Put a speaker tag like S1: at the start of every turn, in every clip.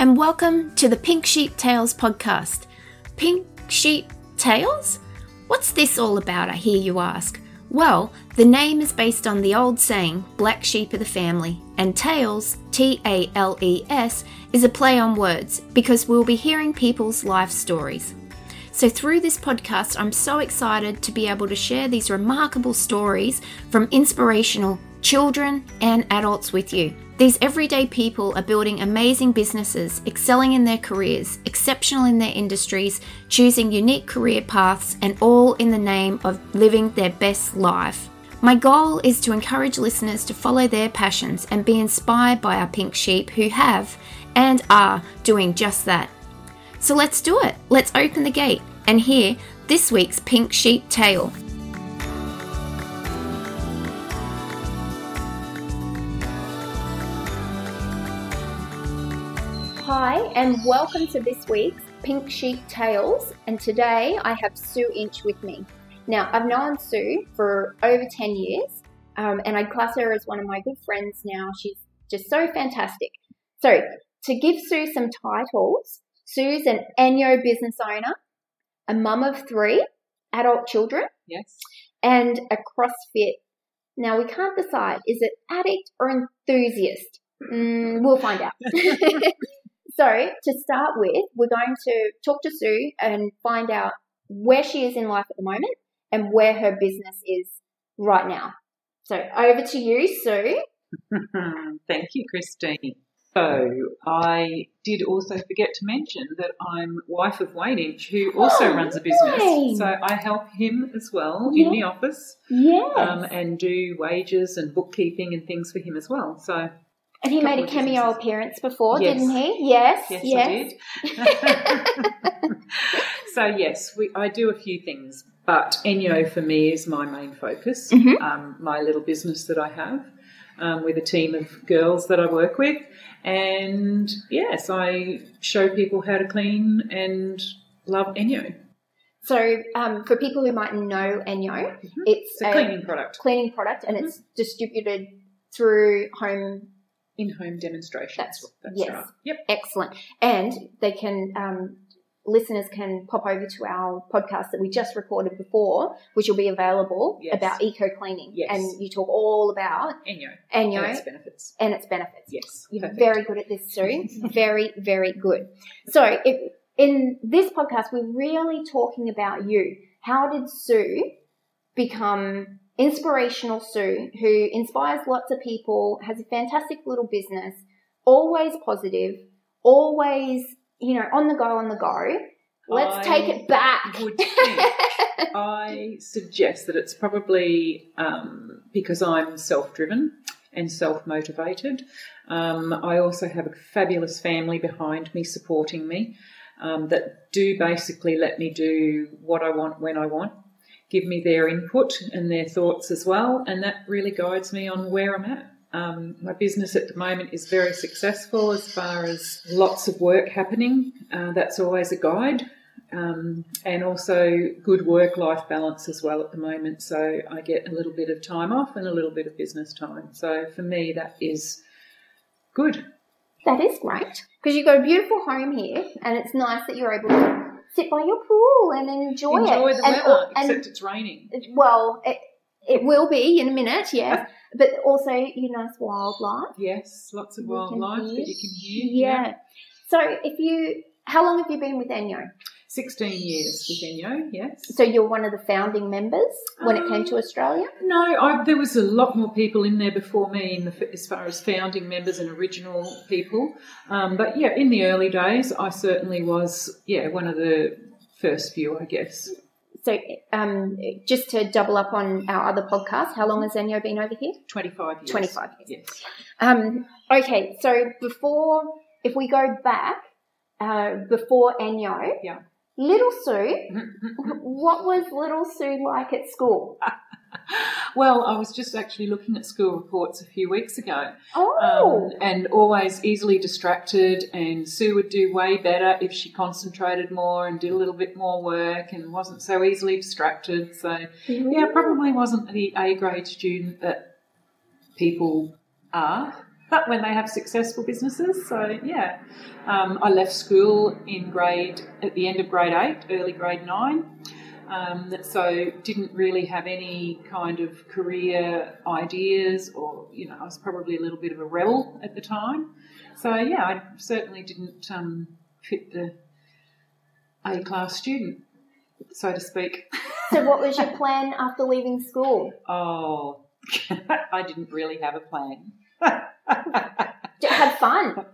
S1: and welcome to the Pink Sheep Tales podcast. Pink Sheep Tales? What's this all about, I hear you ask? Well, the name is based on the old saying, black sheep of the family, and Tales, T A L E S, is a play on words because we'll be hearing people's life stories. So, through this podcast, I'm so excited to be able to share these remarkable stories from inspirational children and adults with you. These everyday people are building amazing businesses, excelling in their careers, exceptional in their industries, choosing unique career paths, and all in the name of living their best life. My goal is to encourage listeners to follow their passions and be inspired by our pink sheep who have and are doing just that. So let's do it. Let's open the gate and hear this week's pink sheep tale. Hi, and welcome to this week's Pink Sheep Tales. And today I have Sue Inch with me. Now, I've known Sue for over 10 years, um, and I class her as one of my good friends now. She's just so fantastic. So, to give Sue some titles, Sue's an Enyo business owner, a mum of three adult children,
S2: Yes.
S1: and a CrossFit. Now, we can't decide is it addict or enthusiast? Mm, we'll find out. so, to start with, we're going to talk to Sue and find out where she is in life at the moment and where her business is right now. So, over to you, Sue.
S2: Mm-hmm. Thank you, Christine. So I did also forget to mention that I'm wife of Wayne Inch, who also
S1: Oh,
S2: runs a business.
S1: nice.
S2: So I help him as well
S1: Yeah.
S2: in the office
S1: Yes.
S2: um, and do wages and bookkeeping and things for him as well. So
S1: and he made a
S2: couple of
S1: cameo
S2: businesses.
S1: appearance before,
S2: Yes.
S1: didn't he? Yes.
S2: yes,
S1: Yes.
S2: I did. so yes, we, I do a few things, but Enyo for me is my main focus.
S1: Mhm.
S2: Um, my little business that I have um, with a team of girls that I work with, and yes, I show people how to clean and love Enyo.
S1: So, um, for people who might know Enyo,
S2: Mhm.
S1: it's,
S2: It's a cleaning product Mm-hmm.
S1: cleaning product and it's distributed through home
S2: in home demonstrations.
S1: That's-
S2: That's
S1: yes.
S2: right. Yep.
S1: excellent and they can um, listeners can pop over to our podcast that we just recorded before which will be available
S2: Yes.
S1: about eco cleaning
S2: Yes.
S1: and you talk all about
S2: Enyo.
S1: Enyo
S2: And its benefits.
S1: and its benefits
S2: Yes. Perfect.
S1: very good at this sue very very good so if, in this podcast we're really talking about you how did sue become inspirational sue who inspires lots of people has a fantastic little business always positive always you know on the go on the go let's
S2: I
S1: take it back
S2: would think I suggest that it's probably um, because I'm self driven and self motivated. Um, I also have a fabulous family behind me supporting me um, that do basically let me do what I want when I want, give me their input and their thoughts as well, and that really guides me on where I'm at. Um, my business at the moment is very successful as far as lots of work happening. Uh, that's always a guide um, and also good work life balance as well at the moment. So I get a little bit of time off and a little bit of business time. So for me, that is good.
S1: that is great because you've got a beautiful home here and it's nice that you're able to sit by your pool and enjoy,
S2: Enjoy
S1: it
S2: the
S1: and, uh,
S2: weather,
S1: and
S2: except it's raining.
S1: Well, it, it will be in a minute, yes. But also, you nice wildlife.
S2: Yes, lots of
S1: You can
S2: wildlife
S1: hear.
S2: that you can hear.
S1: Yeah. So, if you, how long have you been with Enyo?
S2: 16 years with Enyo, yes.
S1: So, you're one of the founding members when it came
S2: Um,
S1: to Australia?
S2: No, I, there was a lot more people in there before me, in the, f- as far as founding members and original people. Um, but yeah, in the early days, I certainly was. Yeah, one of the first few, I guess.
S1: So, um, just to double up on our other podcast, how long has Enyo been over here?
S2: Twenty-five years.
S1: 25 years.
S2: Yes.
S1: Um, okay, so before, if we go back, uh, before Enyo,
S2: Yeah.
S1: little Sue, what was little Sue like at school?
S2: Um, well, I was just actually looking at school reports a few weeks ago,
S1: Oh,
S2: um, and always easily distracted. And Sue would do way better if she concentrated more and did a little bit more work and wasn't so easily distracted. So Yeah, probably wasn't the A grade student that people are. when they have successful businesses. So yeah, um, I left school in grade at the end of grade eight, early grade nine. Um, so didn't really have any kind of career ideas, or you know, I was probably a little bit of a rebel at the time. So yeah, I certainly didn't um, fit the A class student, so to speak.
S1: So, what was your plan after leaving school?
S2: Oh, I didn't really have a plan.
S1: J- Have fun.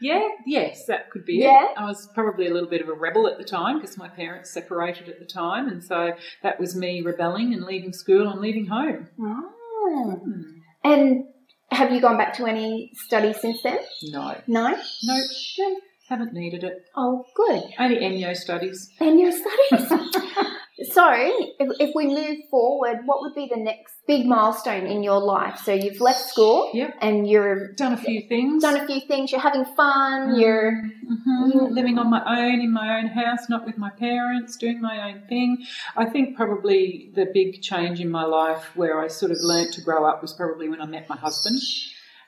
S2: Yeah, yes, that could be
S1: Yeah.
S2: it. I was probably a little bit of a rebel at the time because my parents separated at the time, and so that was me rebelling and leaving school and leaving home.
S1: Ah.
S2: Hmm.
S1: And have you gone back to any study since then?
S2: No,
S1: No.
S2: no, no, haven't needed it.
S1: Oh, good.
S2: Only NEO studies.
S1: And your studies. so, if, if we move forward, what would be the next big milestone in your life? So, you've left school
S2: Yep,
S1: and you're
S2: done a few things.
S1: done a few things. You're having fun.
S2: Mm.
S1: You're
S2: Mhm. living on my own in my own house, not with my parents, doing my own thing. I think probably the big change in my life where I sort of learnt to grow up was probably when I met my husband.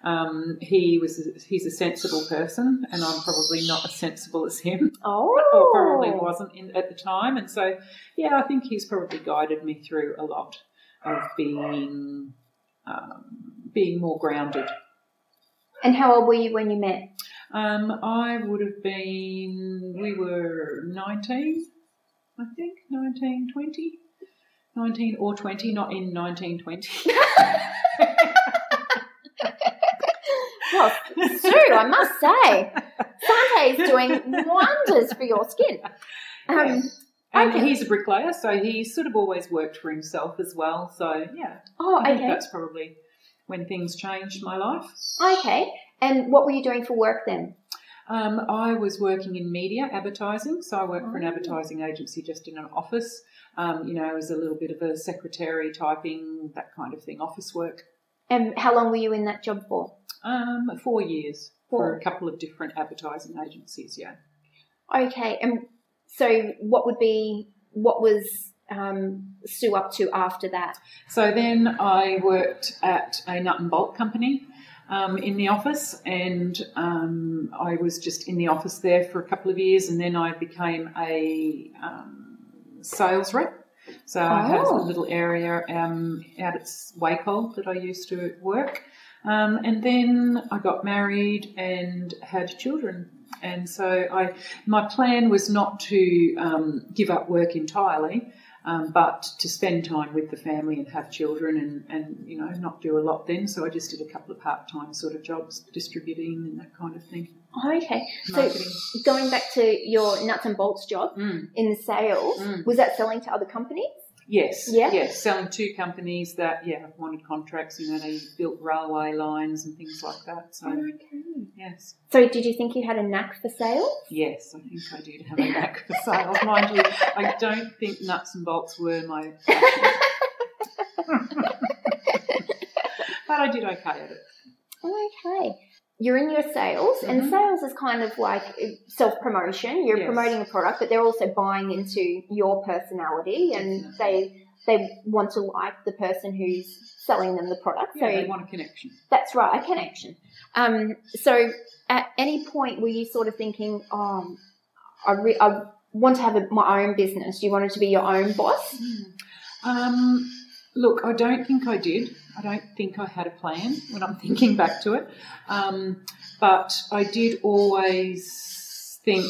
S2: Um, he was he's a sensible person, and I'm probably not as sensible as him,
S1: oh,
S2: or probably wasn't in, at the time. And so, yeah, I think he's probably guided me through a lot of being um, being more grounded.
S1: And how old were you when you met?
S2: Um, I would have been, we were 19, I think, 19, 20. 19 or 20, not in 1920.
S1: Well, Sue, I must say, Sante is doing wonders for your skin. Um,
S2: and
S1: Okay.
S2: he's a bricklayer, so he sort of always worked for himself as well. So, yeah,
S1: oh,
S2: I think
S1: okay,
S2: that's probably when things changed my life.
S1: okay. And what were you doing for work then?
S2: Um, I was working in media advertising, so I worked for an
S1: Oh.
S2: advertising agency just in an office. Um, you know, as a little bit of a secretary typing, that kind of thing, office work.
S1: And how long were you in that job for?
S2: Um, four years
S1: Four.
S2: for a couple of different advertising agencies. Yeah.
S1: Okay, and so what would be what was um, Sue up to after that?
S2: So then I worked at a nut and bolt company um, in the office, and um, I was just in the office there for a couple of years, and then I became a um, sales rep. So I had a
S1: Oh.
S2: little area um, out at Waco that I used to work, um, and then I got married and had children. And so I, my plan was not to um, give up work entirely, um, but to spend time with the family and have children and, and you know not do a lot then so i just did a couple of part-time sort of jobs distributing and that kind of thing
S1: Okay, so
S2: marketing
S1: going back to your nuts and bolts job
S2: Mm.
S1: in sales,
S2: Mm.
S1: was that selling to other companies?
S2: yes
S1: Yeah.
S2: yes selling to companies that yeah have wanted contracts you know they built railway lines and things like that so
S1: Mm.
S2: yes
S1: So did you think you had a knack for sales?
S2: yes i think i did have a knack for sales mind you i don't think nuts and bolts were my passion. but i did okay at it
S1: Okay. You're in your sales, and
S2: Mhm.
S1: sales is kind of like self promotion. You're
S2: Yes.
S1: promoting a product, but they're also buying into your personality, and they they want to like the person who's selling them the product.
S2: yeah,
S1: so
S2: they want a connection
S1: That's right, a connection. Um, so, at any point, were you sort of thinking, "Oh, I, re- I want to have a, my own business"? You wanted to be your own boss.
S2: Um, look, I don't think I did. I don't think I had a plan when I'm thinking back to it. Um, but I did always think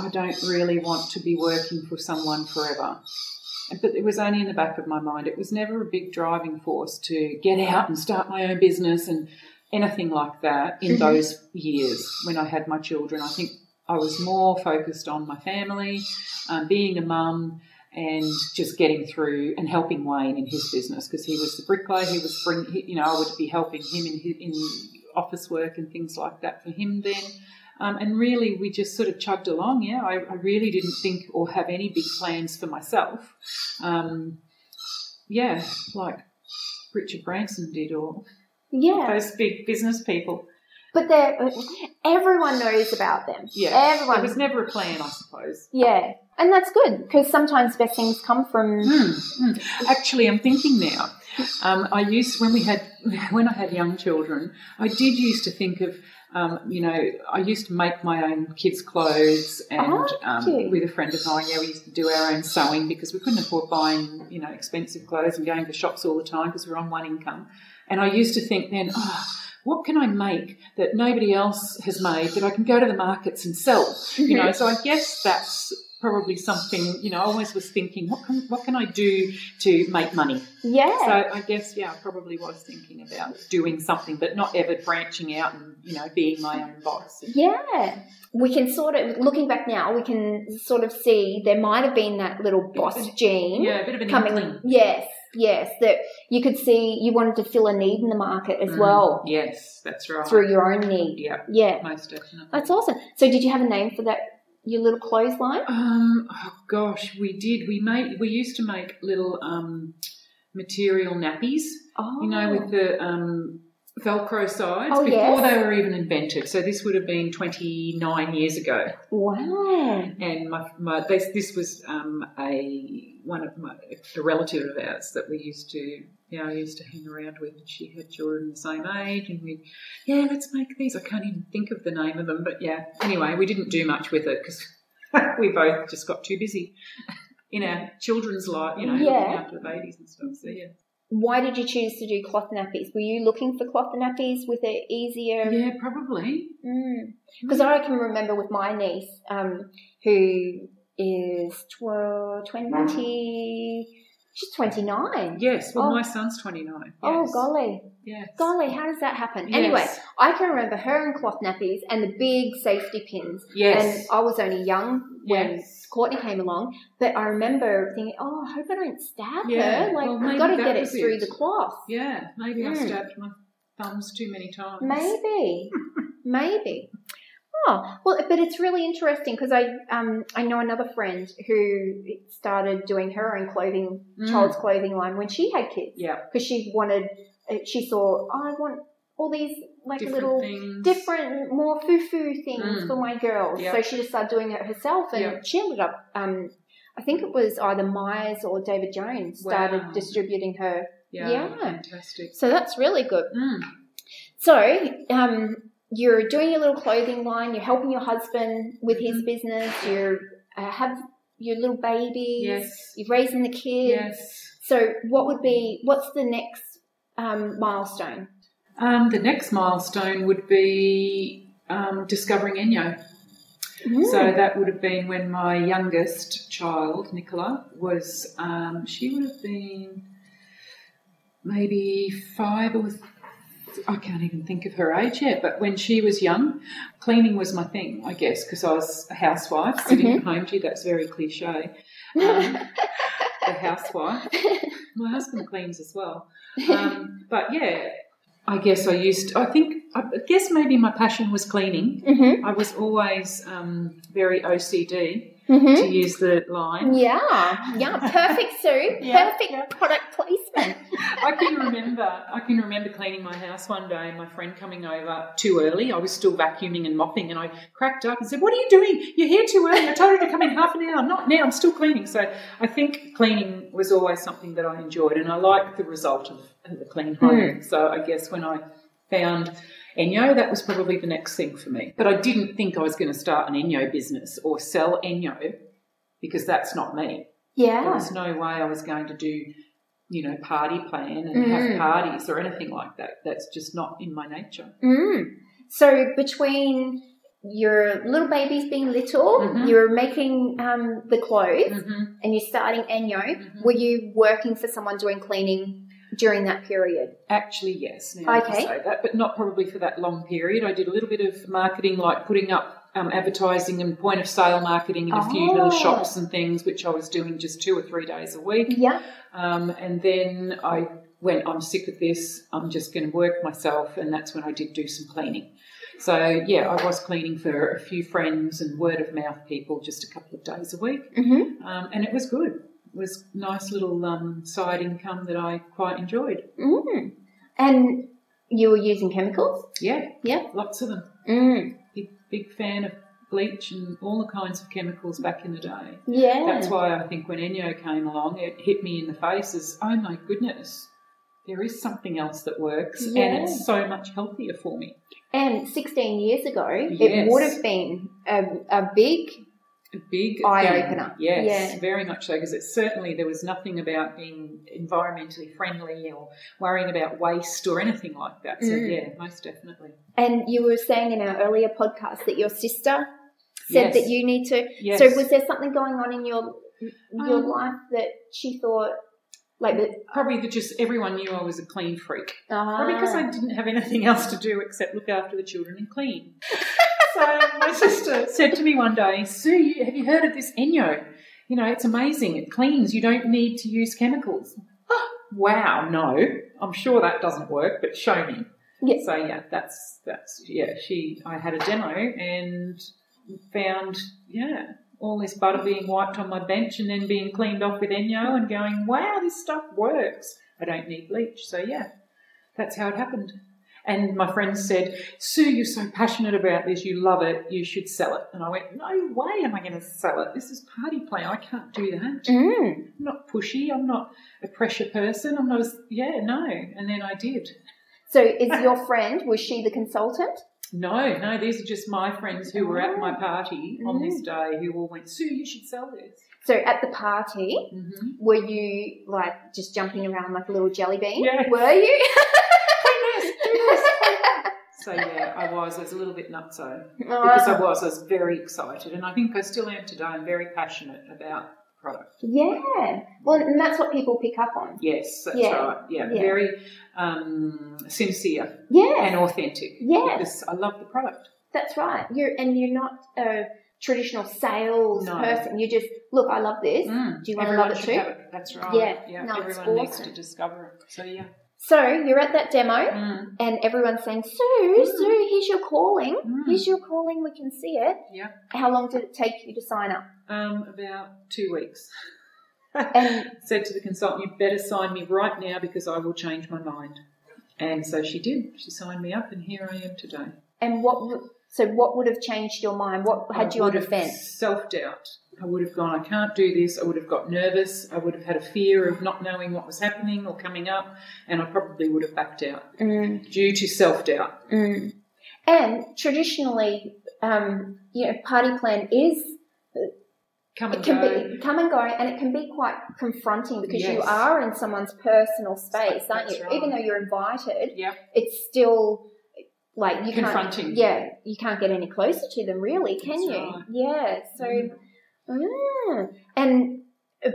S2: I don't really want to be working for someone forever. But it was only in the back of my mind. It was never a big driving force to get out and start my own business and anything like that in
S1: Mhm.
S2: those years when I had my children. I think I was more focused on my family, um, being a mum, and just getting through and helping Wayne in his business because he was the bricklayer. He was bring, he- you know, I would be helping him in hi- in office work and things like that for him then. Um, and really, we just sort of chugged along. Yeah, I, I really didn't think or have any big plans for myself. Um, yeah, like Richard Branson did, or
S1: Yeah,
S2: those big business people.
S1: but they're everyone knows about them.
S2: Yeah,
S1: everyone.
S2: It was never a plan, I suppose.
S1: yeah,
S2: Mm.
S1: and that's good because sometimes best things come from.
S2: Hmm, hmm. Actually, I'm thinking now. Um, I used when we had when I had young children, I did used to think of um, you know I used to make my own kids' clothes, and
S1: Oh,
S2: um,
S1: cute.
S2: with a friend of mine, yeah, we used to do our own sewing because we couldn't afford buying you know expensive clothes and going to shops all the time because we we're on one income. And I used to think then, oh, what can I make that nobody else has made that I can go to the markets and sell? You know, so I guess that's probably something, you know, I always was thinking, what can, what can I do to make money?
S1: Yeah.
S2: So I guess, yeah, I probably was thinking about doing something, but not ever branching out and, you know, being my own boss.
S1: Yeah. We can sort of, looking back now, we can sort of see there might have been that little boss gene
S2: Yeah, a bit of an
S1: coming
S2: inkling.
S1: Yes, yes. That you could see you wanted to fill a need in the market as
S2: Mm,
S1: well
S2: Yes, that's right.
S1: through your own need.
S2: Yeah,
S1: Yeah.
S2: most definitely.
S1: That's awesome. So, did you have a name for that, your little clothesline?
S2: Um, oh gosh, we did. We made, we used to make little, um, material nappies.
S1: Oh.
S2: you know, with the um, Velcro sides
S1: Oh,
S2: before
S1: yes.
S2: they were even invented. So this would have been 29 years ago.
S1: Wow.
S2: And my, my this, this was um, a one of my a relative of ours that we used to, you know, I used to hang around with. And she had children the same age, and we, yeah, let's make these. I can't even think of the name of them, but yeah. Anyway, we didn't do much with it because we both just got too busy in our children's life, you know, looking
S1: Yeah.
S2: after the babies and stuff. So yeah.
S1: Why did you choose to do cloth nappies? Were you looking for cloth nappies with an easier
S2: Yeah, probably. Hmm.
S1: Because Mm. I can remember with my niece, um, who is tw- 20, she's 29.
S2: Yes, well,
S1: Oh.
S2: my son's 29. Yes.
S1: Oh, golly.
S2: Yes.
S1: Golly, how does that happen?
S2: Yes.
S1: Anyway, I can remember her in cloth nappies and the big safety pins.
S2: Yes.
S1: And I was only young when
S2: Yes.
S1: Courtney came along, but I remember thinking, oh, I hope I don't stab
S2: Yeah,
S1: her. Like,
S2: well,
S1: I've
S2: maybe
S1: got to
S2: that
S1: get it
S2: was
S1: through
S2: it.
S1: the cloth.
S2: yeah, maybe I
S1: Mm.
S2: stabbed my thumbs too many times.
S1: Maybe, maybe. Oh well, but it's really interesting because I um I know another friend who started doing her own clothing,
S2: Mm.
S1: child's clothing line when she had kids
S2: Yeah.
S1: because she wanted, uh, she saw oh, I want all these like
S2: different
S1: little
S2: things.
S1: different more foo foo things
S2: Mm.
S1: for my girls.
S2: Yeah.
S1: So she just started doing it herself, and
S2: Yeah.
S1: she ended up um I think it was either Myers or David Jones started
S2: Wow.
S1: distributing her.
S2: Yeah.
S1: Yeah.
S2: Fantastic.
S1: So that's really good.
S2: Mm.
S1: So, um, you're doing your little clothing line. You're helping your husband with his
S2: Mm-hmm.
S1: business. You uh, have your little babies.
S2: Yes.
S1: You're raising the kids.
S2: Yes.
S1: So, what would be what's the next um, milestone?
S2: Um, the next milestone would be um, discovering Enyo. So that would have been when my youngest child, Nicola, was, um, she would have been maybe five or, I can't even think of her age yet, but when she was young, cleaning was my thing, I guess, because I was a housewife sitting at home. Gee, that's very cliche. Um, the housewife. My husband cleans as well. Um, but yeah, I guess I used, I think, I guess maybe my passion was cleaning.
S1: mm-hmm.
S2: I was always um, very OCD
S1: Mm-hmm.
S2: to use the line.
S1: Yeah, yeah, perfect, Sue.
S2: Yeah,
S1: perfect product placement.
S2: I can remember. I can remember cleaning my house one day, and my friend coming over too early. I was still vacuuming and mopping, and I cracked up and said, "What are you doing? You're here too early. I told you to come in half an hour. Not now. I'm still cleaning." So I think cleaning was always something that I enjoyed, and I liked the result of, of the clean home. So I guess when I found Enyo, that was probably the next thing for me. But I didn't think I was going to start an Enyo business or sell Enyo because that's not me. There
S1: Yeah,
S2: was no way I was going to do, you know, party plan and have
S1: Mm.
S2: parties or anything like that. That's just not in my nature.
S1: Mm. So between your little babies being little,
S2: Mhm.
S1: you're making um, the clothes,
S2: Mm-hmm.
S1: and you're starting Enyo.
S2: Mhm.
S1: Were you working for someone doing cleaning during that period?
S2: Actually, yes. Now okay.
S1: Okay.
S2: say that, but not probably for that long period. I did a little bit of marketing, like putting up um, advertising and point of sale marketing in a few
S1: Oh.
S2: little shops and things, which I was doing just two or three days a week.
S1: Yeah.
S2: Um, and then I went, I'm sick of this, I'm just going to work myself. And that's when I did do some cleaning. So, yeah, I was cleaning for a few friends and word of mouth people just a couple of days a week.
S1: Mm-hmm.
S2: Um, and it was good. It was nice little um, side income that I quite enjoyed.
S1: Mm. And you were using chemicals?
S2: Yeah,
S1: Yeah.
S2: lots of them.
S1: Mm.
S2: Big, big fan of bleach and all the kinds of chemicals back in the day.
S1: Yeah.
S2: That's why I think when Enyo came along, it hit me in the face as, oh my goodness, there is something else that works
S1: Yeah.
S2: and it's so much healthier for me.
S1: And 16 years ago, it
S2: Yes.
S1: would have been a, a big,
S2: A big
S1: Eye
S2: thing.
S1: opener.
S2: Yes,
S1: Yeah.
S2: very much so. Because it certainly there was nothing about being environmentally friendly or worrying about waste or anything like that. So
S1: Mm.
S2: yeah, most definitely.
S1: and you were saying in our earlier podcast that your sister said
S2: Yes.
S1: that you need to.
S2: Yes.
S1: So was there something going on in your your
S2: Um,
S1: life that she thought, like, that,
S2: probably that just everyone knew I was a clean freak.
S1: ah,
S2: Probably because I didn't have anything else to do except look after the children and clean. so my sister said to me one day, Sue, you- have you heard of this Enyo? You know, it's amazing. It cleans. You don't need to use chemicals. Oh, wow, no. I'm sure that doesn't work, but show me.
S1: Yeah.
S2: So yeah, that's that's yeah, she I had a demo and found yeah, all this butter being wiped on my bench and then being cleaned off with Enyo and going, Wow, this stuff works. I don't need bleach. So yeah, that's how it happened. And my friend said, Sue, you're so passionate about this. You love it. You should sell it. And I went, No way am I going to sell it. This is party play. I can't do that.
S1: Mm.
S2: I'm not pushy. I'm not a pressure person. I'm not, a, yeah, no. And then I did.
S1: So is your friend, was she the consultant?
S2: No, no, these are just my friends who were at my party on
S1: Mm.
S2: this day who all went, Sue, you should sell this.
S1: So at the party,
S2: Mm-hmm.
S1: were you like just jumping around like a little jelly bean?
S2: Yes.
S1: Were you?
S2: So yeah, I was. I was a little bit nutso. Because I
S1: Oh,
S2: was, I was very excited, and I think I still am today. I'm very passionate about the product.
S1: yeah. Well, and that's what people pick up on.
S2: Yes, that's
S1: Yeah.
S2: right. Yeah,
S1: Yeah.
S2: very um, sincere
S1: Yeah,
S2: and authentic.
S1: Yeah.
S2: because I love the product.
S1: that's right. You're and you're not a traditional sales
S2: No.
S1: person. You just look. I love this.
S2: Mm.
S1: Do you want
S2: Everyone
S1: to love it
S2: should
S1: too?
S2: have That's right.
S1: Yeah.
S2: yeah.
S1: No, it's
S2: everyone needs to
S1: awesome.
S2: discover it. So yeah.
S1: So you're at that demo,
S2: Mm.
S1: and everyone's saying, "Sue,
S2: Mm.
S1: Sue, here's your calling.
S2: Mm.
S1: Here's your calling. We can see it."
S2: Yeah.
S1: How long did it take you to sign up?
S2: Um, about two weeks.
S1: And
S2: Said to the consultant, "You better sign me right now because I will change my mind." And so she did. She signed me up, and here I am today.
S1: and what? w- So what would have changed your mind? What had you on the fence?
S2: Self doubt. I would have gone, I can't do this. I would have got nervous. I would have had a fear of not knowing what was happening or coming up, and I probably would have backed out
S1: Mm,
S2: due to self doubt.
S1: mm. And traditionally, um, you know, party plan is
S2: Come
S1: It
S2: and
S1: can
S2: go.
S1: be come and go, and it can be quite confronting because you
S2: Yes.
S1: are in someone's personal space, aren't
S2: That's
S1: you?
S2: right.
S1: Even though you're invited,
S2: Yep.
S1: it's still like you
S2: Confronting.
S1: Can't, yeah, you can't get any closer to them, really, can
S2: That's
S1: you?
S2: right. Mm-hmm.
S1: Yeah. So, mm. and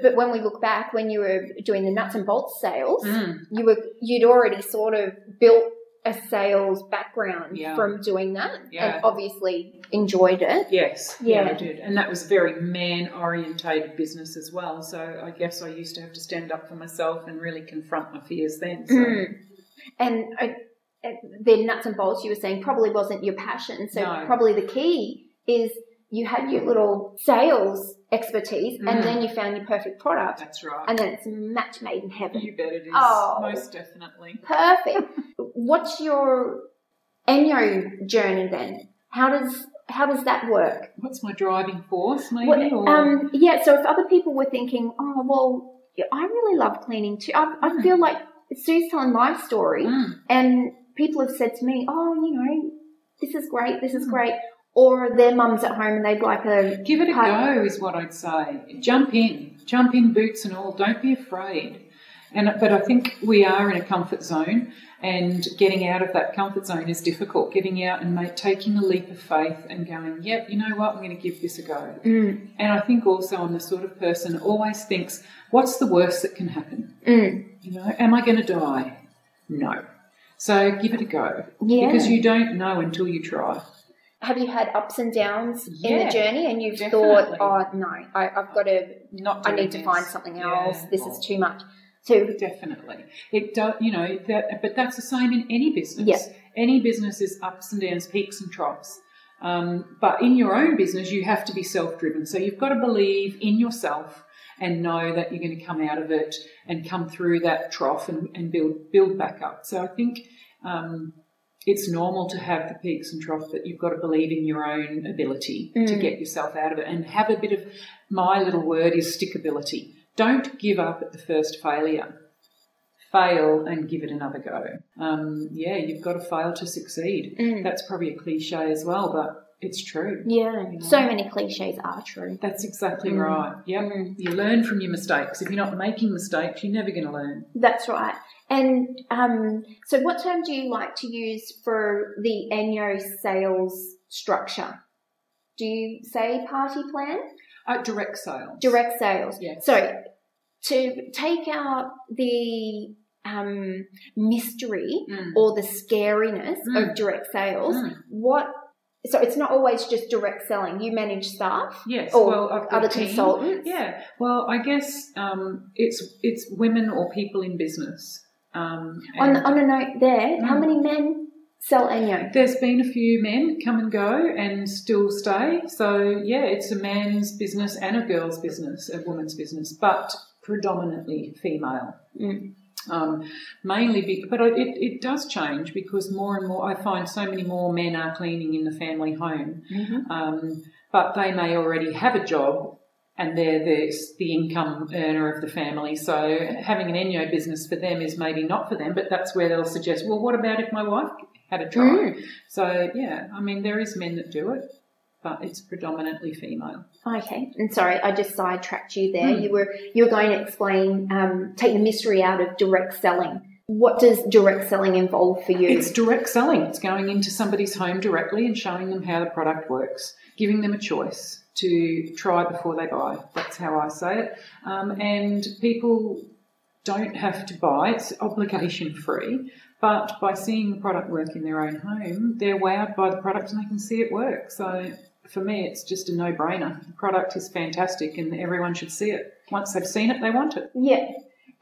S1: but when we look back, when you were doing the nuts and bolts sales,
S2: Mm.
S1: you were you'd already sort of built a sales background
S2: Yeah.
S1: from doing that,
S2: Yeah.
S1: and obviously enjoyed it.
S2: Yes,
S1: Yeah.
S2: yeah. I did. And that was a very man orientated business as well. So I guess I used to have to stand up for myself and really confront my fears then. So
S1: Mm. And I, the nuts and bolts you were saying probably wasn't your passion. So
S2: No.
S1: probably the key is you had your little sales expertise, and
S2: Mm.
S1: then you found your perfect product,
S2: that's right.
S1: and then it's a match made in heaven.
S2: you bet it is.
S1: Oh.
S2: Most definitely.
S1: Perfect. What's your Enyo journey then? How does how does that work?
S2: What's my driving force, maybe?
S1: What-
S2: or-
S1: um, yeah, so if other people were thinking, oh, well, yeah, I really love cleaning too. I, I
S2: Mm.
S1: feel like Sue's telling my story,
S2: Mm.
S1: and people have said to me, "Oh, you know, this is great, this is
S2: Mm.
S1: great," or their mum's at home and they'd like a
S2: Give it a
S1: Pardon?
S2: go is what I'd say. Jump in, jump in, boots and all. Don't be afraid. And but I think we are in a comfort zone, and getting out of that comfort zone is difficult. Getting out and make, taking a leap of faith and going, yep, you know what, I'm going to give this a go.
S1: mm,
S2: And I think also I'm the sort of person that always thinks, what's the worst that can happen?
S1: mm,
S2: You know, am I going to die? No. So give it a go
S1: yeah.
S2: because you don't know until you try.
S1: have you had ups and downs in
S2: Yeah,
S1: the journey, and you've
S2: definitely.
S1: thought, "Oh no, I, I've got to,
S2: Not
S1: I
S2: doing
S1: need to
S2: this.
S1: find something
S2: Yeah.
S1: else. This is too much." So
S2: Definitely, it does. You know that, but that's the same in any business.
S1: Yeah.
S2: Any business is ups and downs, peaks and troughs. Um, but in your own business, you have to be self-driven. So you've got to believe in yourself and know that you're going to come out of it and come through that trough and, and build build back up. So I think um, it's normal to have the peaks and troughs, but you've got to believe in your own ability to
S1: Mm.
S2: get yourself out of it and have a bit of my little word is stickability. Don't give up at the first failure. fail and give it another go. Um, yeah, you've got to fail to succeed.
S1: Mm.
S2: That's probably a cliche as well, but it's true.
S1: Yeah. So many cliches are true.
S2: That's exactly
S1: Mm.
S2: right. Yeah, you learn from your mistakes. If you're not making mistakes, you're never going to learn.
S1: That's right. And um, so, what term do you like to use for the Enyo sales structure? Do you say party plan?
S2: Uh, direct sales.
S1: Direct sales.
S2: Yeah.
S1: So, to take out the um, mystery
S2: Mm.
S1: or the scariness
S2: Mm.
S1: of direct sales,
S2: Mm.
S1: what so it's not always just direct selling. You manage staff
S2: Yes.
S1: or
S2: well, I've got
S1: other
S2: a team.
S1: consultants.
S2: Yeah. Well, I guess um, it's it's women or people in business. Um,
S1: On,
S2: and
S1: on a note there, how
S2: Mm.
S1: many men sell Enyo?
S2: there's been a few men come and go and still stay. So yeah, it's a man's business and a girl's business, a woman's business, but predominantly female.
S1: Mm.
S2: Um, mainly, be, but I- it, it does change because more and more I find so many more men are cleaning in the family home. um, but they may already have a job and they're the, the income earner of the family. So having an Enyo business for them is maybe not for them, but that's where they'll suggest, well, what about if my wife had a try?
S1: Mm.
S2: So, yeah, I mean, there is men that do it, but it's predominantly female.
S1: Okay, and sorry, I just sidetracked you there.
S2: Mm.
S1: You were you were going to explain, um, take the mystery out of direct selling. What does direct selling involve for you?
S2: It's direct selling. It's going into somebody's home directly and showing them how the product works, giving them a choice to try before they buy. That's how I say it. Um, and people don't have to buy, it's obligation free. But by seeing the product work in their own home, they're wowed by the product and they can see it work. So for me, it's just a no brainer. The product is fantastic and everyone should see it. Once they've seen it, they want it.
S1: yeah,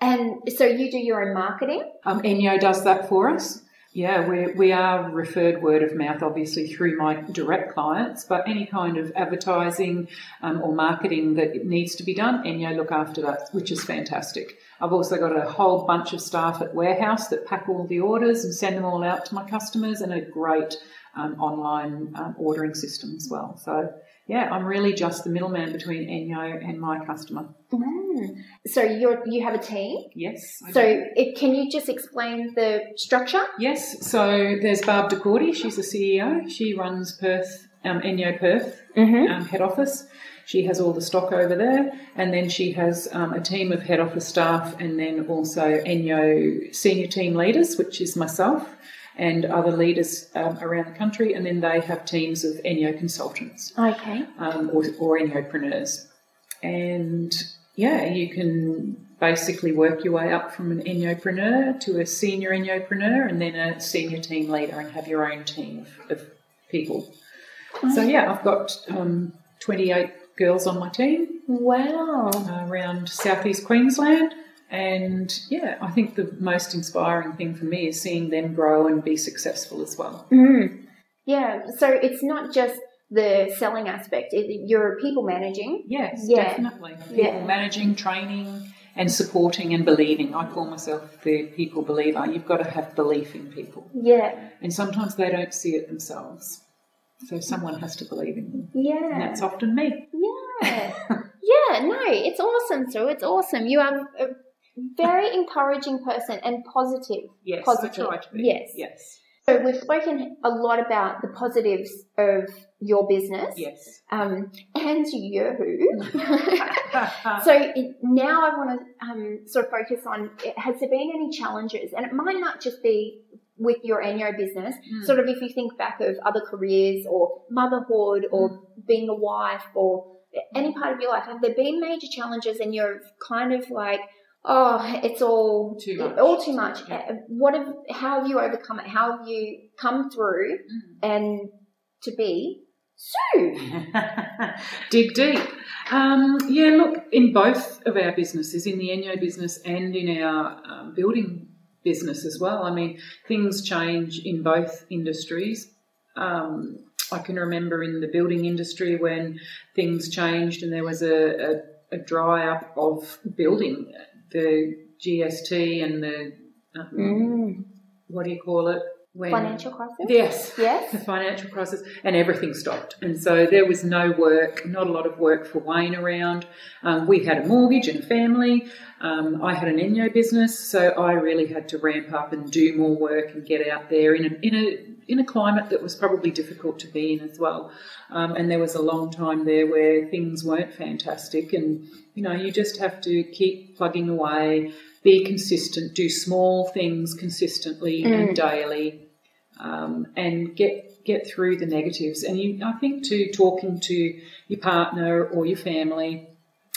S1: and so you do your own marketing.
S2: Um, Enyo does that for us. Yeah, we, we are referred word of mouth, obviously, through my direct clients, but any kind of advertising um, or marketing that needs to be done, Enyo look after that, which is fantastic. I've also got a whole bunch of staff at warehouse that pack all the orders and send them all out to my customers, and a great um, online um, ordering system as well. So, yeah, I'm really just the middleman between Enyo and my customer.
S1: Mm. So you you have a team.
S2: Yes. I
S1: So
S2: do.
S1: it, can you just explain the structure?
S2: Yes, so there's Barb DeCordy. She's the CEO. She runs Perth, um, Enyo Perth
S1: Mm-hmm.
S2: um, head office. She has all the stock over there, and then she has um, a team of head office staff, and then also Enyo senior team leaders, which is myself and other leaders um, around the country, and then they have teams of Enyo consultants
S1: Okay.
S2: um, or, or Enyopreneurs. And yeah, you can basically work your way up from an Enyopreneur to a senior Enyopreneur and then a senior team leader and have your own team of, of people. So yeah, I've got um, 28 girls on my team
S1: Wow.
S2: uh, around southeast Queensland. And yeah, I think the most inspiring thing for me is seeing them grow and be successful as well.
S1: Mm. Yeah. So it's not just the selling aspect. It, you're people managing.
S2: Yes,
S1: Yeah.
S2: definitely. People
S1: Yeah.
S2: managing, training, and supporting and believing. I call myself the people believer. You've got to have belief in people,
S1: Yeah.
S2: and sometimes they don't see it themselves. So someone has to believe in them,
S1: Yeah.
S2: and that's often me.
S1: Yeah. yeah, no, it's awesome, Sue. It's awesome. You are a very encouraging person and positive.
S2: Yes,
S1: Positive.
S2: I try to be.
S1: Yes.
S2: yes,
S1: So we've spoken a lot about the positives of your business
S2: yes.
S1: um, and Yahoo. so it, now I want to um, sort of focus on has there been any challenges? And it might not just be with your Enyo business,
S2: Mm.
S1: sort of if you think back of other careers or motherhood or
S2: Mm.
S1: being a wife or any part of your life, have there been major challenges and you're kind of like, oh, it's all
S2: Too much.
S1: all too much.
S2: Yeah.
S1: Uh, What have, how have you overcome it? How have you come through
S2: Mm.
S1: and to be Sue?
S2: Dig deep. Um, yeah, look, in both of our businesses, in the Enyo business and in our um, building business as well, I mean, things change in both industries. Um, I can remember in the building industry when things changed and there was a, a, a dry up of building, Mm. the GST and the um, what do you call it? when
S1: Mm. Financial crisis?
S2: Yes.
S1: Yes.
S2: The financial crisis and everything stopped. And so there was no work, not a lot of work for Wayne around. Um, we had a mortgage and a family. Um, I had an Enyo business, so I really had to ramp up and do more work and get out there in a, in a, in a climate that was probably difficult to be in as well. Um, and there was a long time there where things weren't fantastic. And, you know, you just have to keep plugging away, be consistent, do small things consistently and daily um, and get get through the negatives. And you, I think too, talking to your partner or your family,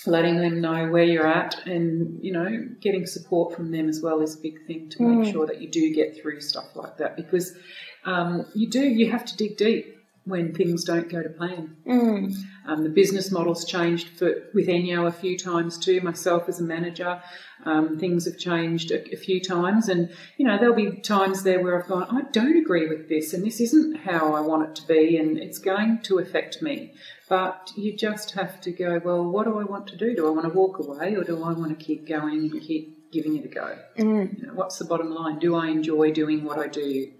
S2: letting them know where you're at, and you know, getting support from them as well is a big thing to make sure that you do get through stuff like that because um, you do you have to dig deep when things don't go to plan. Um, the business model's changed for, with Enyo a few times too. Myself as a manager, um, things have changed a, a few times, and you know there'll be times there where I've gone, I don't agree with this, and this isn't how I want it to be, and it's going to affect me. But you just have to go, well, what do I want to do? Do I want to walk away, or do I want to keep going and keep giving it a go? You know, what's the bottom line? Do I enjoy doing what I do?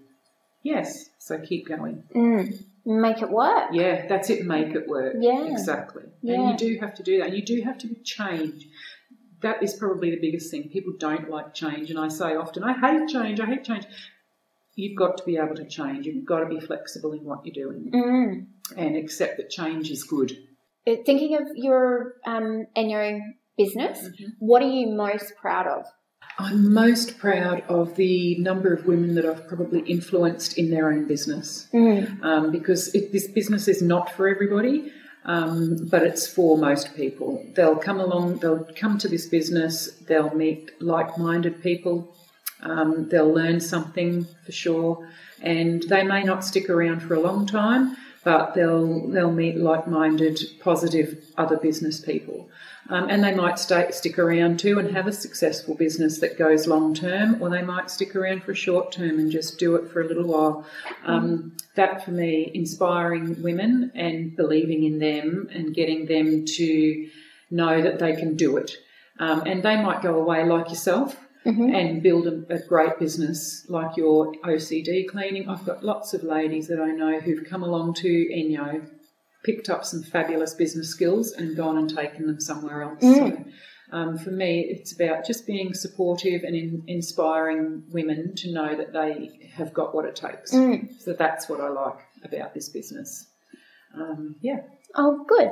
S2: Yes, so keep going.
S1: Make it work.
S2: Yeah, that's it. Make it work.
S1: Yeah.
S2: exactly. And
S1: Yeah.
S2: you do have to do that. And you do have to change. That is probably the biggest thing. People don't like change, and I say often, "I hate change. I hate change." You've got to be able to change. You've got to be flexible in what you're doing,
S1: Mm.
S2: and accept that change is good.
S1: Uh, Thinking of your um, and your business, what are you most proud of?
S2: I'm most proud of the number of women that I've probably influenced in their own business. um, because it, this business is not for everybody, um, but it's for most people. They'll come along, they'll come to this business, they'll meet like minded people, um, they'll learn something for sure, and they may not stick around for a long time. But they'll they'll meet like-minded, positive other business people, um, and they might stay, stick around too and have a successful business that goes long term, or they might stick around for short term and just do it for a little while. Um, that for me, inspiring women and believing in them and getting them to know that they can do it. Um, and they might go away like yourself and build a, a great business like your OCD cleaning. I've got lots of ladies that I know who've come along to Enyo, picked up some fabulous business skills, and gone and taken them somewhere else. So, um, for me, it's about just being supportive and in, inspiring women to know that they have got what it takes. So that's what I like about this business. Um, yeah.
S1: Oh, good.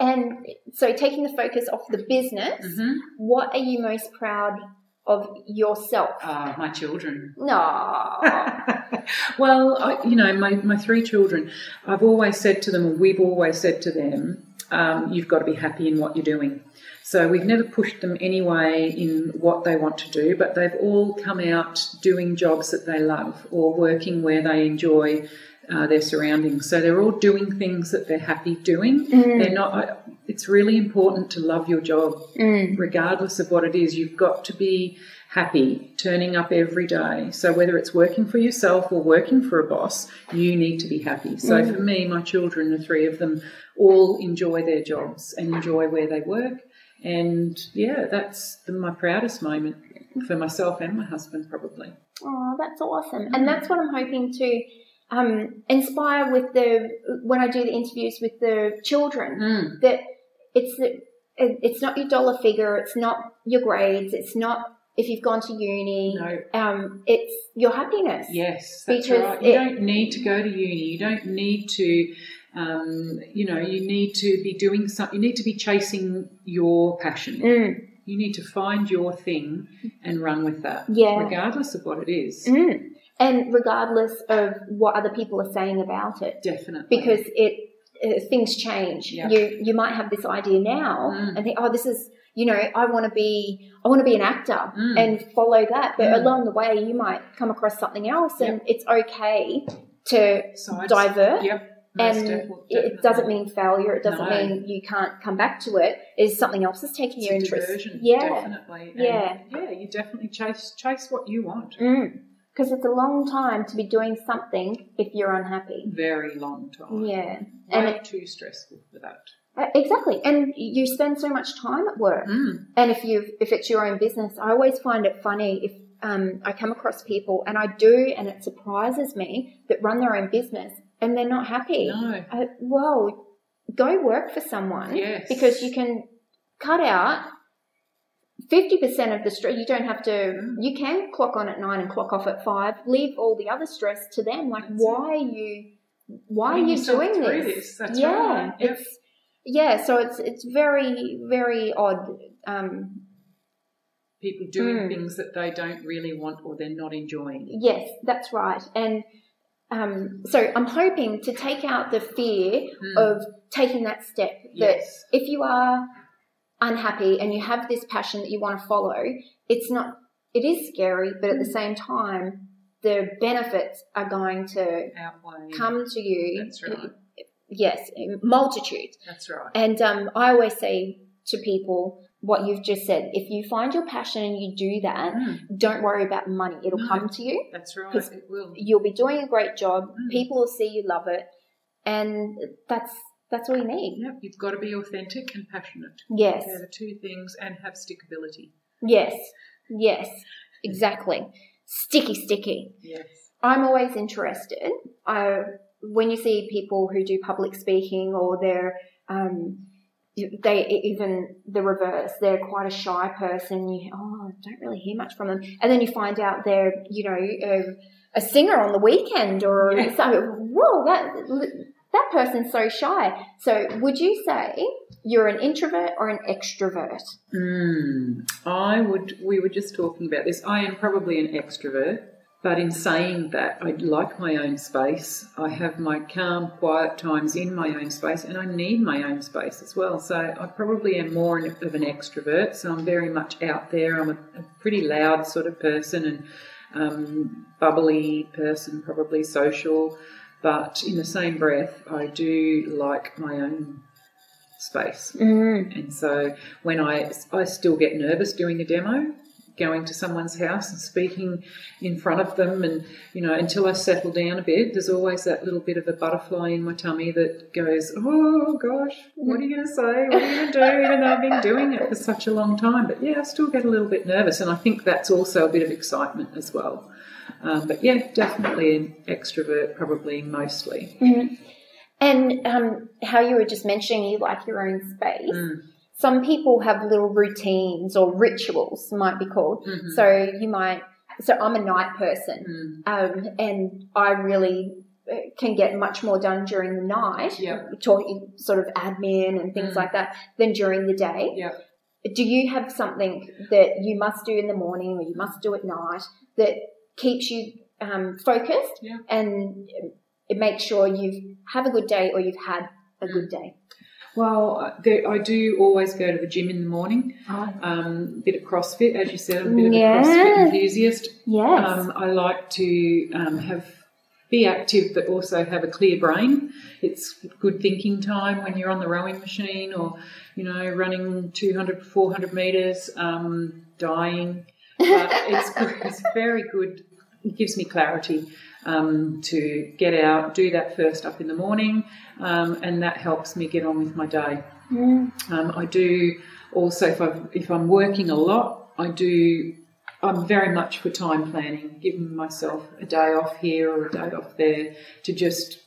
S1: And so, taking the focus off the business, what are you most proud of yourself?
S2: Uh, my children.
S1: No.
S2: well, I, you know, my, my three children, I've always said to them, or we've always said to them, um, you've got to be happy in what you're doing. So we've never pushed them anyway in what they want to do, but they've all come out doing jobs that they love or working where they enjoy uh, their surroundings. So they're all doing things that they're happy doing. They're not. I, it's really important to love your job, regardless of what it is. You've got to be happy turning up every day. So whether it's working for yourself or working for a boss, you need to be happy. So for me, my children, the three of them, all enjoy their jobs and enjoy where they work. And yeah, that's the, my proudest moment for myself and my husband, probably.
S1: Oh, that's awesome. And that's what I'm hoping to um, inspire with the when I do the interviews with the children
S2: Mm.
S1: that it's the, it- it's not your dollar figure, it's not your grades, it's not if you've gone to uni.
S2: No.
S1: Um, it's your happiness.
S2: Yes, that's
S1: Because
S2: right. You
S1: it-
S2: don't need to go to uni. You don't need to, um, you know, you need to be doing something. You need to be chasing your passion.
S1: Mm.
S2: You need to find your thing and run with that,
S1: Yeah.
S2: regardless of what it is.
S1: Mm. And regardless of what other people are saying about it,
S2: Definitely.
S1: because it uh, things change.
S2: Yeah.
S1: You you might have this idea now
S2: Mm.
S1: and think, oh, this is you know, I want to be I want to be an actor
S2: Mm.
S1: and follow that. But
S2: Mm.
S1: along the way, you might come across something else, and it's okay to
S2: Sides.
S1: divert.
S2: Yep. most
S1: And
S2: defi-
S1: it doesn't
S2: definitely.
S1: mean failure. It doesn't
S2: No.
S1: mean you can't come back to it. It's something else that's taking
S2: It's
S1: your
S2: a
S1: interest.
S2: diversion,
S1: Yeah,
S2: definitely. And
S1: Yeah. Mm.
S2: yeah, you definitely chase chase what you want.
S1: because it's a long time to be doing something if you're unhappy.
S2: Very long time.
S1: Yeah, and
S2: Way
S1: it,
S2: too stressful for that.
S1: uh, exactly. And you spend so much time at work.
S2: Mm.
S1: And if you if it's your own business, I always find it funny if um, I come across people, and I do, and it surprises me that run their own business and they're not happy.
S2: No.
S1: I, well, go work for someone
S2: Yes.
S1: because you can cut out fifty percent of the stress. You don't have to.
S2: Mm.
S1: You can clock on at nine and clock off at five. Leave all the other stress to them. Like,
S2: That's it.
S1: why are you? Why
S2: Putting
S1: are you
S2: yourself
S1: doing
S2: through
S1: this?
S2: That's
S1: yeah,
S2: right. Yep.
S1: it's yeah. So it's it's very very odd. Um,
S2: people doing
S1: Mm.
S2: things that they don't really want or they're not enjoying.
S1: Yes, that's right. And um, so I'm hoping to take out the fear
S2: Mm.
S1: of taking that step. That
S2: Yes.
S1: if you are unhappy and you have this passion that you want to follow, it's not. It is scary, but at the
S2: Hmm.
S1: same time, the benefits are going to
S2: Outweigh.
S1: come to you.
S2: Hmm. That's right.
S1: Yes, in multitudes.
S2: That's right.
S1: And um, I always say to people what you've just said: if you find your passion and you do that,
S2: Mm.
S1: don't worry about money; it'll
S2: No.
S1: come to you
S2: That's right.
S1: 'Cause-
S2: It will.
S1: you'll be doing a great job.
S2: Mm.
S1: People will see you love it, and that's that's all you need.
S2: Yep. You've got to be authentic and passionate.
S1: Yes,
S2: They're the two things, and have stickability.
S1: yes, yes, exactly. Sticky, sticky.
S2: Yes.
S1: I'm always interested. I when you see people who do public speaking or they're um, they e, even the reverse. They're quite a shy person. You oh, I don't really hear much from them, and then you find out they're you know a, a singer on the weekend or
S2: Yeah.
S1: so. Whoa, that that person's so shy. So would you say you're an introvert or an extrovert?
S2: Mm. I would. We were just talking about this. I am probably an extrovert, but in saying that, I like my own space. I have my calm, quiet times in my own space, and I need my own space as well. So I probably am more an- of an extrovert. So I'm very much out there. I'm a, a pretty loud sort of person and um, bubbly person, probably social. But in the same breath, I do like my own space.
S1: Mm.
S2: And so when I, I still get nervous doing a demo, going to someone's house and speaking in front of them. And, you know, until I settle down a bit, there's always that little bit of a butterfly in my tummy that goes, oh gosh, what are you going to say? What are you going to do? Even though I've been doing it for such a long time. But yeah, I still get a little bit nervous. And I think that's also a bit of excitement as well. Um, but yeah, definitely an extrovert, probably mostly.
S1: And um, how you were just mentioning, you like your own space.
S2: Mm.
S1: Some people have little routines or rituals, might be called.
S2: Mhm.
S1: So you might. So I'm a night person,
S2: Mm.
S1: um, and I really uh, can get much more done during the night,
S2: Yeah.
S1: talking sort of admin and things
S2: Mm.
S1: like that, than during the day.
S2: Yeah.
S1: Do you have something that you must do in the morning or you must do at night that keeps you um, focused
S2: Yeah.
S1: and it makes sure you have a good day or you've had a good day?
S2: Well, there, I do always go to the gym in the morning. um, bit of CrossFit, as you said, I'm a bit of
S1: Yeah.
S2: a CrossFit enthusiast.
S1: yes.
S2: Um, I like to um, have be active, but also have a clear brain. It's good thinking time when you're on the rowing machine or you know running 200, 400 meters, um, dying. But it's good, it's very good. It gives me clarity um, to get out, do that first up in the morning, um, and that helps me get on with my day.
S1: Mm.
S2: Um, I do also if I if I'm working a lot, I do. I'm very much for time planning, giving myself a day off here or a day off there to just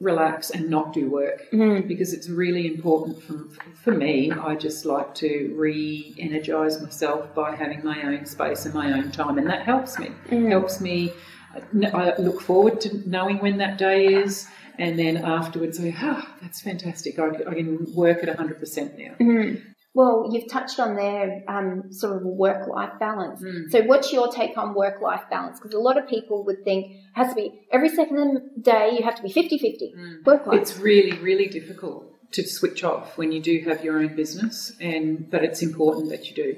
S2: relax and not do work
S1: Mm.
S2: because it's really important for, for me. I just like to re energize myself by having my own space and my own time, and that helps me. Helps me. uh, I look forward to knowing when that day is, and then afterwards, I ah, that's fantastic. I, I can work at 100% now.
S1: Mm. Well, you've touched on their um, sort of work life balance.
S2: Mm.
S1: So, what's your take on work life balance? Because a lot of people would think it has to be every second day you have to be 50 50
S2: Hmm.
S1: work life.
S2: It's really, really difficult to switch off when you do have your own business, and but it's important that you do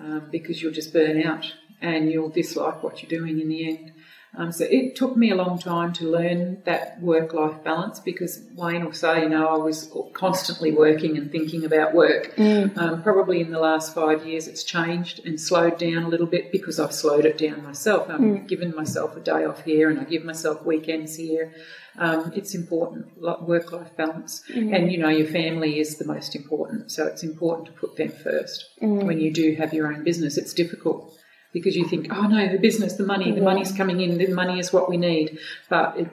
S2: um, because you'll just burn out and you'll dislike what you're doing in the end. Um, so it took me a long time to learn that work-life balance because Wayne will say, you know, I was constantly working and thinking about work. Um, probably in the last five years, it's changed and slowed down a little bit because I've slowed it down myself. I've given myself a day off here and I give myself weekends here. Um, it's important, lo- work-life balance, and you know your family is the most important. So it's important to put them first when you do have your own business. It's difficult because you think, oh no, the business, the money, the
S1: Yeah.
S2: money's coming in, the money is what we need. But it,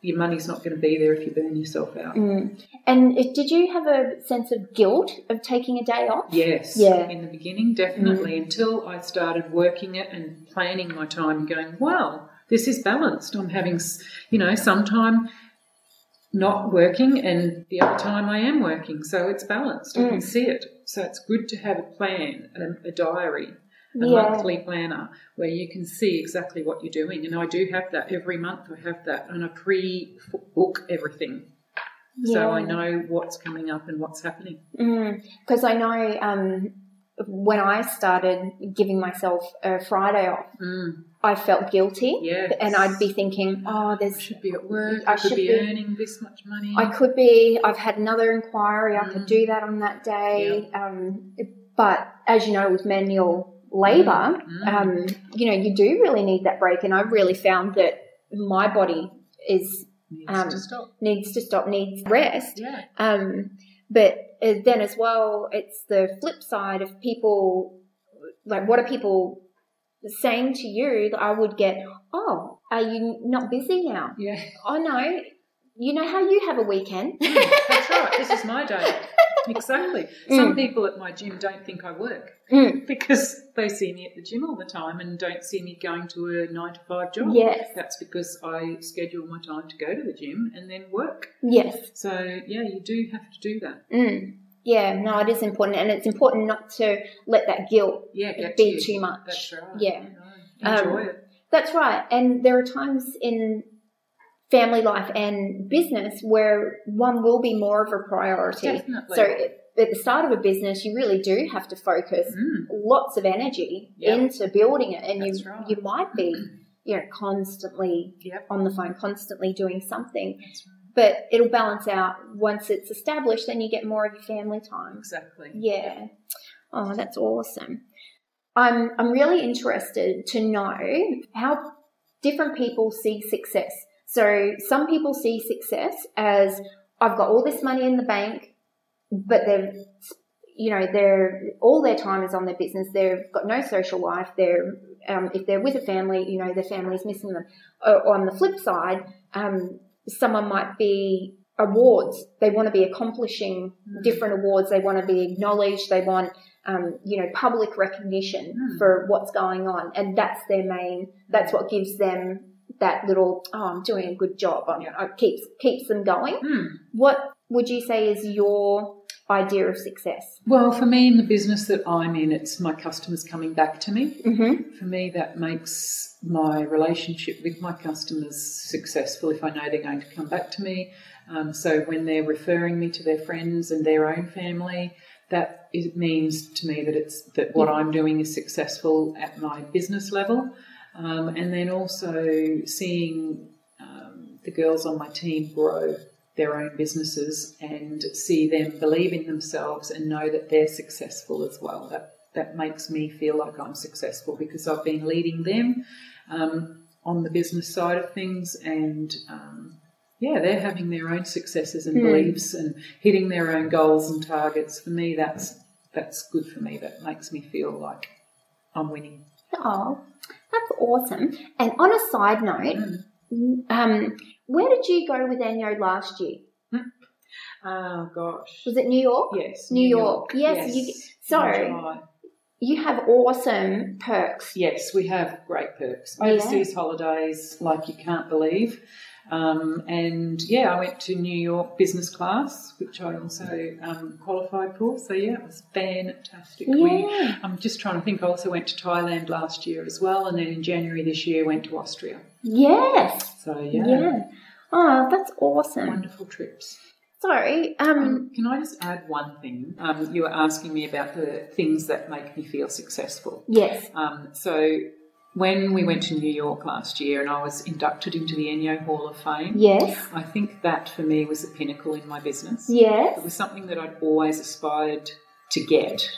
S2: your money's not going to be there if you burn yourself out.
S1: Mm. And it, did you have a sense of guilt of taking a day off?
S2: Yes.
S1: Yeah. Mm.
S2: In the beginning, definitely. Until I started working it and planning my time and going, wow, this is balanced. I'm having, s- you know, some time not working and the other time I am working. So it's balanced.
S1: Mm.
S2: I can see it. So it's good to have a plan, a, a diary, a
S1: Yeah.
S2: monthly planner where you can see exactly what you're doing. And I do have that every month. I have that and I pre book everything.
S1: Yeah.
S2: So I know what's coming up and what's happening.
S1: Because Mm. I know um, when I started giving myself a Friday off,
S2: Mm,
S1: I felt guilty.
S2: yes.
S1: And I'd be thinking, oh,
S2: I
S1: there's,
S2: should be at work.
S1: I
S2: I, should
S1: should
S2: be,
S1: be-
S2: earning this much money.
S1: I could be, I've had another inquiry, I could
S2: Mm.
S1: do that on that day. Um, but as you know, with manual labor,
S2: Mm.
S1: um, you know, you do really need that break. And I really found that my body is
S2: Needs
S1: um,
S2: to stop.
S1: needs to stop, needs rest.
S2: Yeah.
S1: Um, but uh, then as well, it's the flip side of people, like, what are people saying to you that I would get, oh, are you not busy now?
S2: Yeah.
S1: Oh, no, you know how you have a weekend.
S2: That's right. This is my day. Exactly. Some people at my gym don't think I work
S1: Mm.
S2: because they see me at the gym all the time and don't see me going to a nine to five job.
S1: Yes.
S2: That's because I schedule my time to go to the gym and then work.
S1: yes.
S2: So, yeah, you do have to do that.
S1: Mm. Yeah, no, it is important. And it's important not to let that guilt
S2: Yeah, get
S1: be
S2: you.
S1: too much.
S2: That's right.
S1: Yeah.
S2: I know. Enjoy
S1: Um,
S2: it.
S1: That's right. And there are times in family life and business where one will be more of a priority.
S2: Definitely.
S1: So it- at the start of a business, you really do have to focus
S2: Mm.
S1: lots of energy
S2: Yeah.
S1: into building it, and
S2: That's
S1: you
S2: right.
S1: you might be you know constantly
S2: Yep.
S1: on the phone, constantly doing something,
S2: That's right.
S1: but it'll balance out once it's established. Then you get more of your family time.
S2: Exactly.
S1: Yeah. Oh, that's awesome. I'm I'm really interested to know how different people see success. So some people see success as I've got all this money in the bank, but they're you know they're all their time is on their business. They've got no social life. They're um, if they're with a family, you know their family's missing them. Uh, on the flip side, um, someone might be awards. They want to be accomplishing
S2: Mm.
S1: different awards. They want to be acknowledged. They want, um, you know, public recognition
S2: Mm.
S1: for what's going on, and that's their main. That's what gives them that little. Oh, I'm doing a good job. I'm,
S2: Yeah.
S1: I keeps keeps them going.
S2: Mm.
S1: What would you say is your idea of success?
S2: Well, for me in the business that I'm in, it's my customers coming back to me.
S1: Mm-hmm.
S2: For me, that makes my relationship with my customers successful if I know they're going to come back to me. Um, so when they're referring me to their friends and their own family, that is, means to me that it's that what I'm doing is successful at my business level, um, and then also seeing um, the girls on my team grow their own businesses and see them believe in themselves and know that they're successful as well. That that makes me feel like I'm successful because I've been leading them um, on the business side of things and. Um, yeah, they're having their own successes and
S1: Hmm.
S2: beliefs and hitting their own goals and targets. For me, that's that's good for me. That makes me feel like I'm winning.
S1: Oh, that's awesome. And on a side note,
S2: Mm.
S1: um, where did you go with Enyo last year?
S2: Oh gosh,
S1: Was it New York?
S2: yes,
S1: New York. Yes, you- sorry.
S2: In July.
S1: You have awesome perks.
S2: Yes, we have great perks.
S1: Yeah.
S2: Overseas holidays, like you can't believe. Um, and yeah, I went to New York business class, which I also um, qualified for. So yeah, it was fantastic. We,
S1: Yeah.
S2: I'm just trying to think. I also went to Thailand last year as well, and then in January this year went to Austria.
S1: Yes.
S2: So
S1: Yeah.
S2: yeah,
S1: Oh, that's awesome.
S2: wonderful trips.
S1: Sorry. Um.
S2: Um, can I just add one thing? Um, you were asking me about the things that make me feel successful.
S1: Yes.
S2: Um, so when we went to New York last year and I was inducted into the Enyo Hall of Fame,
S1: Yes.
S2: I think that for me was the pinnacle in my business. It
S1: Yes.
S2: was something that I'd always aspired to get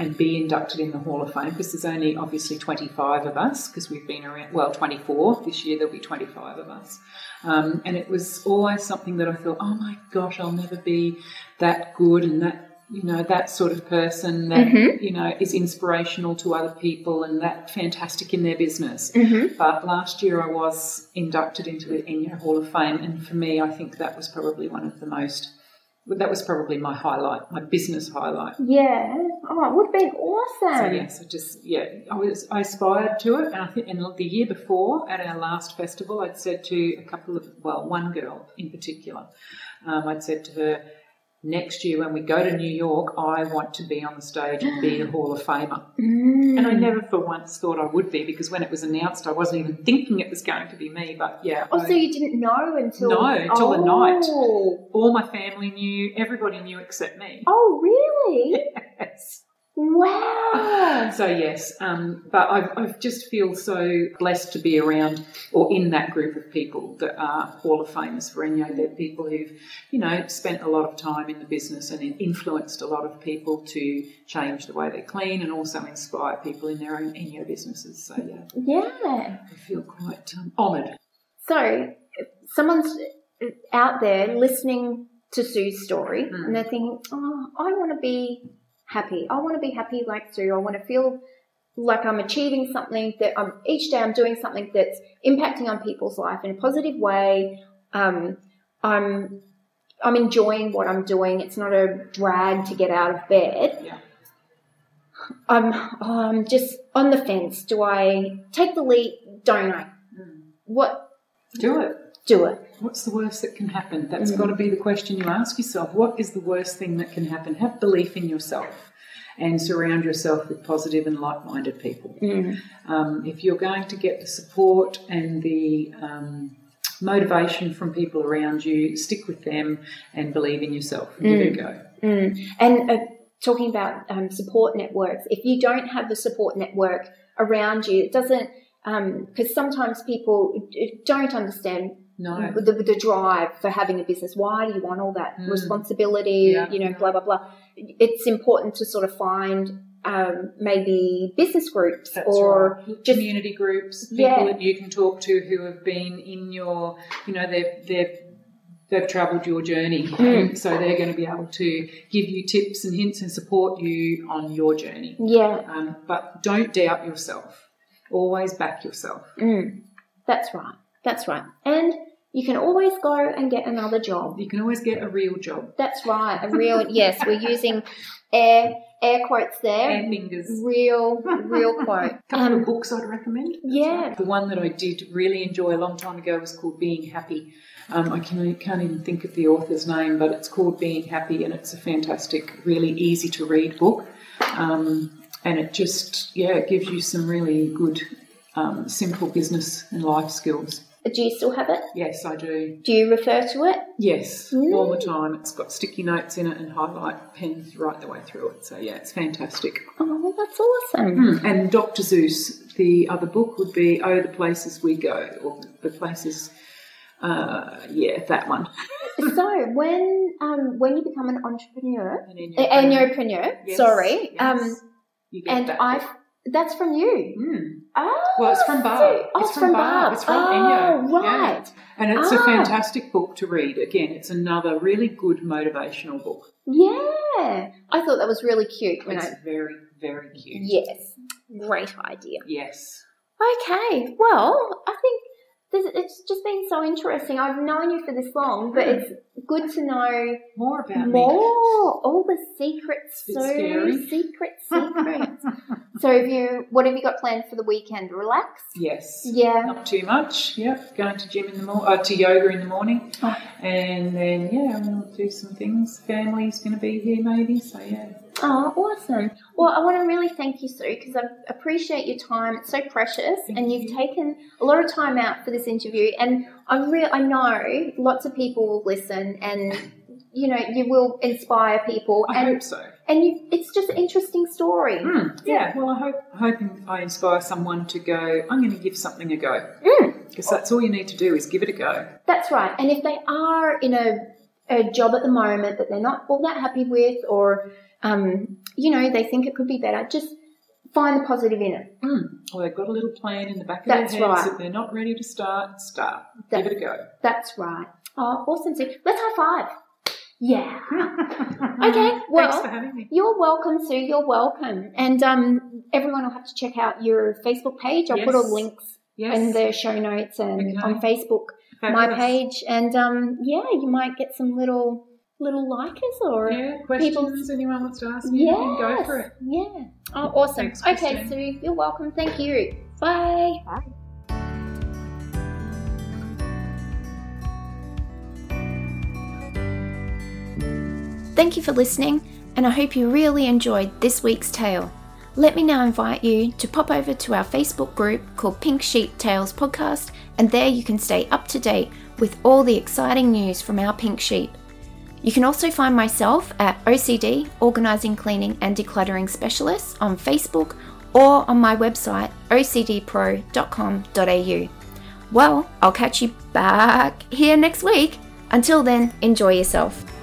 S2: and be inducted in the Hall of Fame because there's only obviously 25 of us because we've been around, well, 24. This year there'll be 25 of us. Um, and it was always something that I thought, oh my gosh, I'll never be that good and that you know, that sort of person that,
S1: Mhm.
S2: you know, is inspirational to other people and that fantastic in their business.
S1: Mhm.
S2: But last year I was inducted into the Enya Hall of Fame, and for me, I think that was probably one of the most, that was probably my highlight, my business highlight.
S1: Yeah. Oh, it would have been
S2: So
S1: awesome.
S2: yes, I just yeah, I was I aspired to it, and I think and the year before at our last festival, I'd said to a couple of well, one girl in particular, um, I'd said to her, next year when we go to New York, I want to be on the stage and be a Hall of Famer.
S1: Mm.
S2: And I never for once thought I would be because when it was announced, I wasn't even thinking it was going to be me. But yeah,
S1: Oh,
S2: I-
S1: so you didn't know until
S2: No, until the night.
S1: night.
S2: all my family knew, everybody knew except me.
S1: Oh, really?
S2: Yes.
S1: Wow.
S2: Ah, So yes, um, but I, I just feel so blessed to be around or in that group of people that are Hall of Famers for Ennio. They're people who've, you know, spent a lot of time in the business and influenced a lot of people to change the way they clean and also inspire people in their own Ennio businesses. So yeah,
S1: Yeah.
S2: I feel quite um, honoured.
S1: So, if someone's out there listening to Sue's story
S2: Mm.
S1: and they're thinking, oh, I want to be happy. I want to be happy like Sue. I want to feel like I'm achieving something that I'm each day I'm doing something that's impacting on people's life in a positive way. Um, I'm I'm enjoying what I'm doing. It's not a drag to get out of bed.
S2: Yeah.
S1: I'm, oh, I'm just on the fence. Do I take the leap? Don't I?
S2: Mm.
S1: What
S2: Do it.
S1: do it?
S2: What's the worst that can happen? That's
S1: Mm.
S2: got to be the question you ask yourself. What is the worst thing that can happen? Have belief in yourself and surround yourself with positive and like minded people.
S1: Mm.
S2: Um, if you're going to get the support and the um, motivation from people around you, stick with them and believe in yourself. and Give it a go.
S1: Mm. And uh, talking about um, support networks, if you don't have the support network around you, it doesn't, because sometimes people d- don't understand
S2: No.
S1: the, the drive for having a business. Why do you want all that
S2: Mm.
S1: responsibility?
S2: Yeah.
S1: You know, blah, blah, blah. It's important to sort of find um, maybe business groups
S2: That's
S1: or.
S2: right.
S1: just-
S2: community groups, people
S1: Yeah.
S2: that you can talk to who have been in your, you know, they've they've they've travelled your journey, Um,
S1: Mm.
S2: so they're going to be able to give you tips and hints and support you on your journey.
S1: Yeah,
S2: Um, but don't doubt yourself. Always back yourself.
S1: mm, that's right. That's right. And you can always go and get another job.
S2: You can always get a real job.
S1: That's right. A real yes, we're using air air quotes there.
S2: And fingers.
S1: Real real quote.
S2: couple
S1: Um,
S2: of books I'd recommend.
S1: yeah.
S2: The one that I did really enjoy a long time ago was called Being Happy. Um, I can, can't even think of the author's name, but it's called Being Happy, and it's a fantastic, really easy to read book. Um, and it just, yeah, it gives you some really good, um, simple business and life skills.
S1: Do you still have it?
S2: Yes, I do.
S1: Do you refer to it?
S2: Yes,
S1: Mm.
S2: all the time. It's got sticky notes in it and highlight pens right the way through it. So, yeah, it's fantastic.
S1: Oh, that's awesome.
S2: Mm, And Dr. Zeus, the other book would be Oh, the Places We Go, or The Places, uh, yeah, that one. Hmm.
S1: So when um, when you become an entrepreneur,
S2: And then
S1: a-
S2: you're-
S1: entrepreneur,
S2: Yes,
S1: sorry,
S2: yes.
S1: um,
S2: You get
S1: and
S2: that
S1: I
S2: book.
S1: that's from you.
S2: Mm.
S1: Oh,
S2: Well, it's from Barb.
S1: so- Oh,
S2: It's
S1: it's
S2: from
S1: from
S2: Barb.
S1: Barb.
S2: It's from Enya.
S1: oh,
S2: Yeah.
S1: right.
S2: And it's
S1: Ah.
S2: a fantastic book to read. Again, it's another really good motivational book.
S1: Yeah. I thought that was really cute when I
S2: It's very, very cute.
S1: Yes. Great idea.
S2: Yes.
S1: Okay, well, I think this, it's just been so interesting. I've known you for this long, but it's good to know
S2: More about me.
S1: more. All the secrets,
S2: It's
S1: so
S2: scary.
S1: secrets, secrets. so, have you? What have you got planned for the weekend? Relax.
S2: Yes.
S1: Yeah.
S2: Not too much. Yep. Going to gym in the morning, uh, to yoga in the morning,
S1: Oh.
S2: and then yeah, we'll do some things. Family's going to be here maybe, so yeah.
S1: Oh, awesome. Well, I want to really thank you, Sue, because I appreciate your time. It's so precious,
S2: Thank
S1: and you've
S2: you.
S1: taken a lot of time out for this interview. And I re- I know lots of people will listen, and you know, you will inspire people.
S2: I
S1: and
S2: hope so.
S1: and you, it's just an interesting story.
S2: Mm, yeah. Well, I hope I hope I inspire someone to go. I'm going to give something a go
S1: Hmm.
S2: because that's all you need to do is give it a go.
S1: That's right. And if they are in a, a job at the moment that they're not all that happy with, or um, you know, they think it could be better, just find the positive in it.
S2: Mm. Or they've got a little plan in the back of
S1: That's
S2: their heads
S1: right.
S2: that they're not ready to start. Start.
S1: That-
S2: give it a go.
S1: That's right. Oh, awesome. So let's high five.
S3: Yeah.
S2: okay.
S1: Hmm.
S3: Okay. Well,
S2: Thanks for having me.
S3: You're welcome, Sue. You're welcome. And um, everyone will have to check out your Facebook page. I'll put all
S2: Yes.
S3: the links
S2: Yes.
S3: in the show notes and
S2: Okay.
S3: on Facebook, my
S2: Fabulous.
S3: page. And um, yeah, you might get some little little likers or
S2: Yeah, questions anyone wants to ask me, you can go
S3: Yes.
S2: for it.
S3: Yeah. Oh, awesome.
S2: Thanks,
S3: okay,
S2: Christine.
S3: Sue. You're welcome. Thank you. Bye.
S1: Thank you for listening, and I hope you really enjoyed this week's tale. Let me now invite you to pop over to our Facebook group called Pink Sheep Tales Podcast, and there you can stay up to date with all the exciting news from our pink sheep. You can also find myself at OCD, Organising, Cleaning and Decluttering Specialist on Facebook or on my website ocdpro.com.au. Well, I'll catch you back here next week. Until then, enjoy yourself.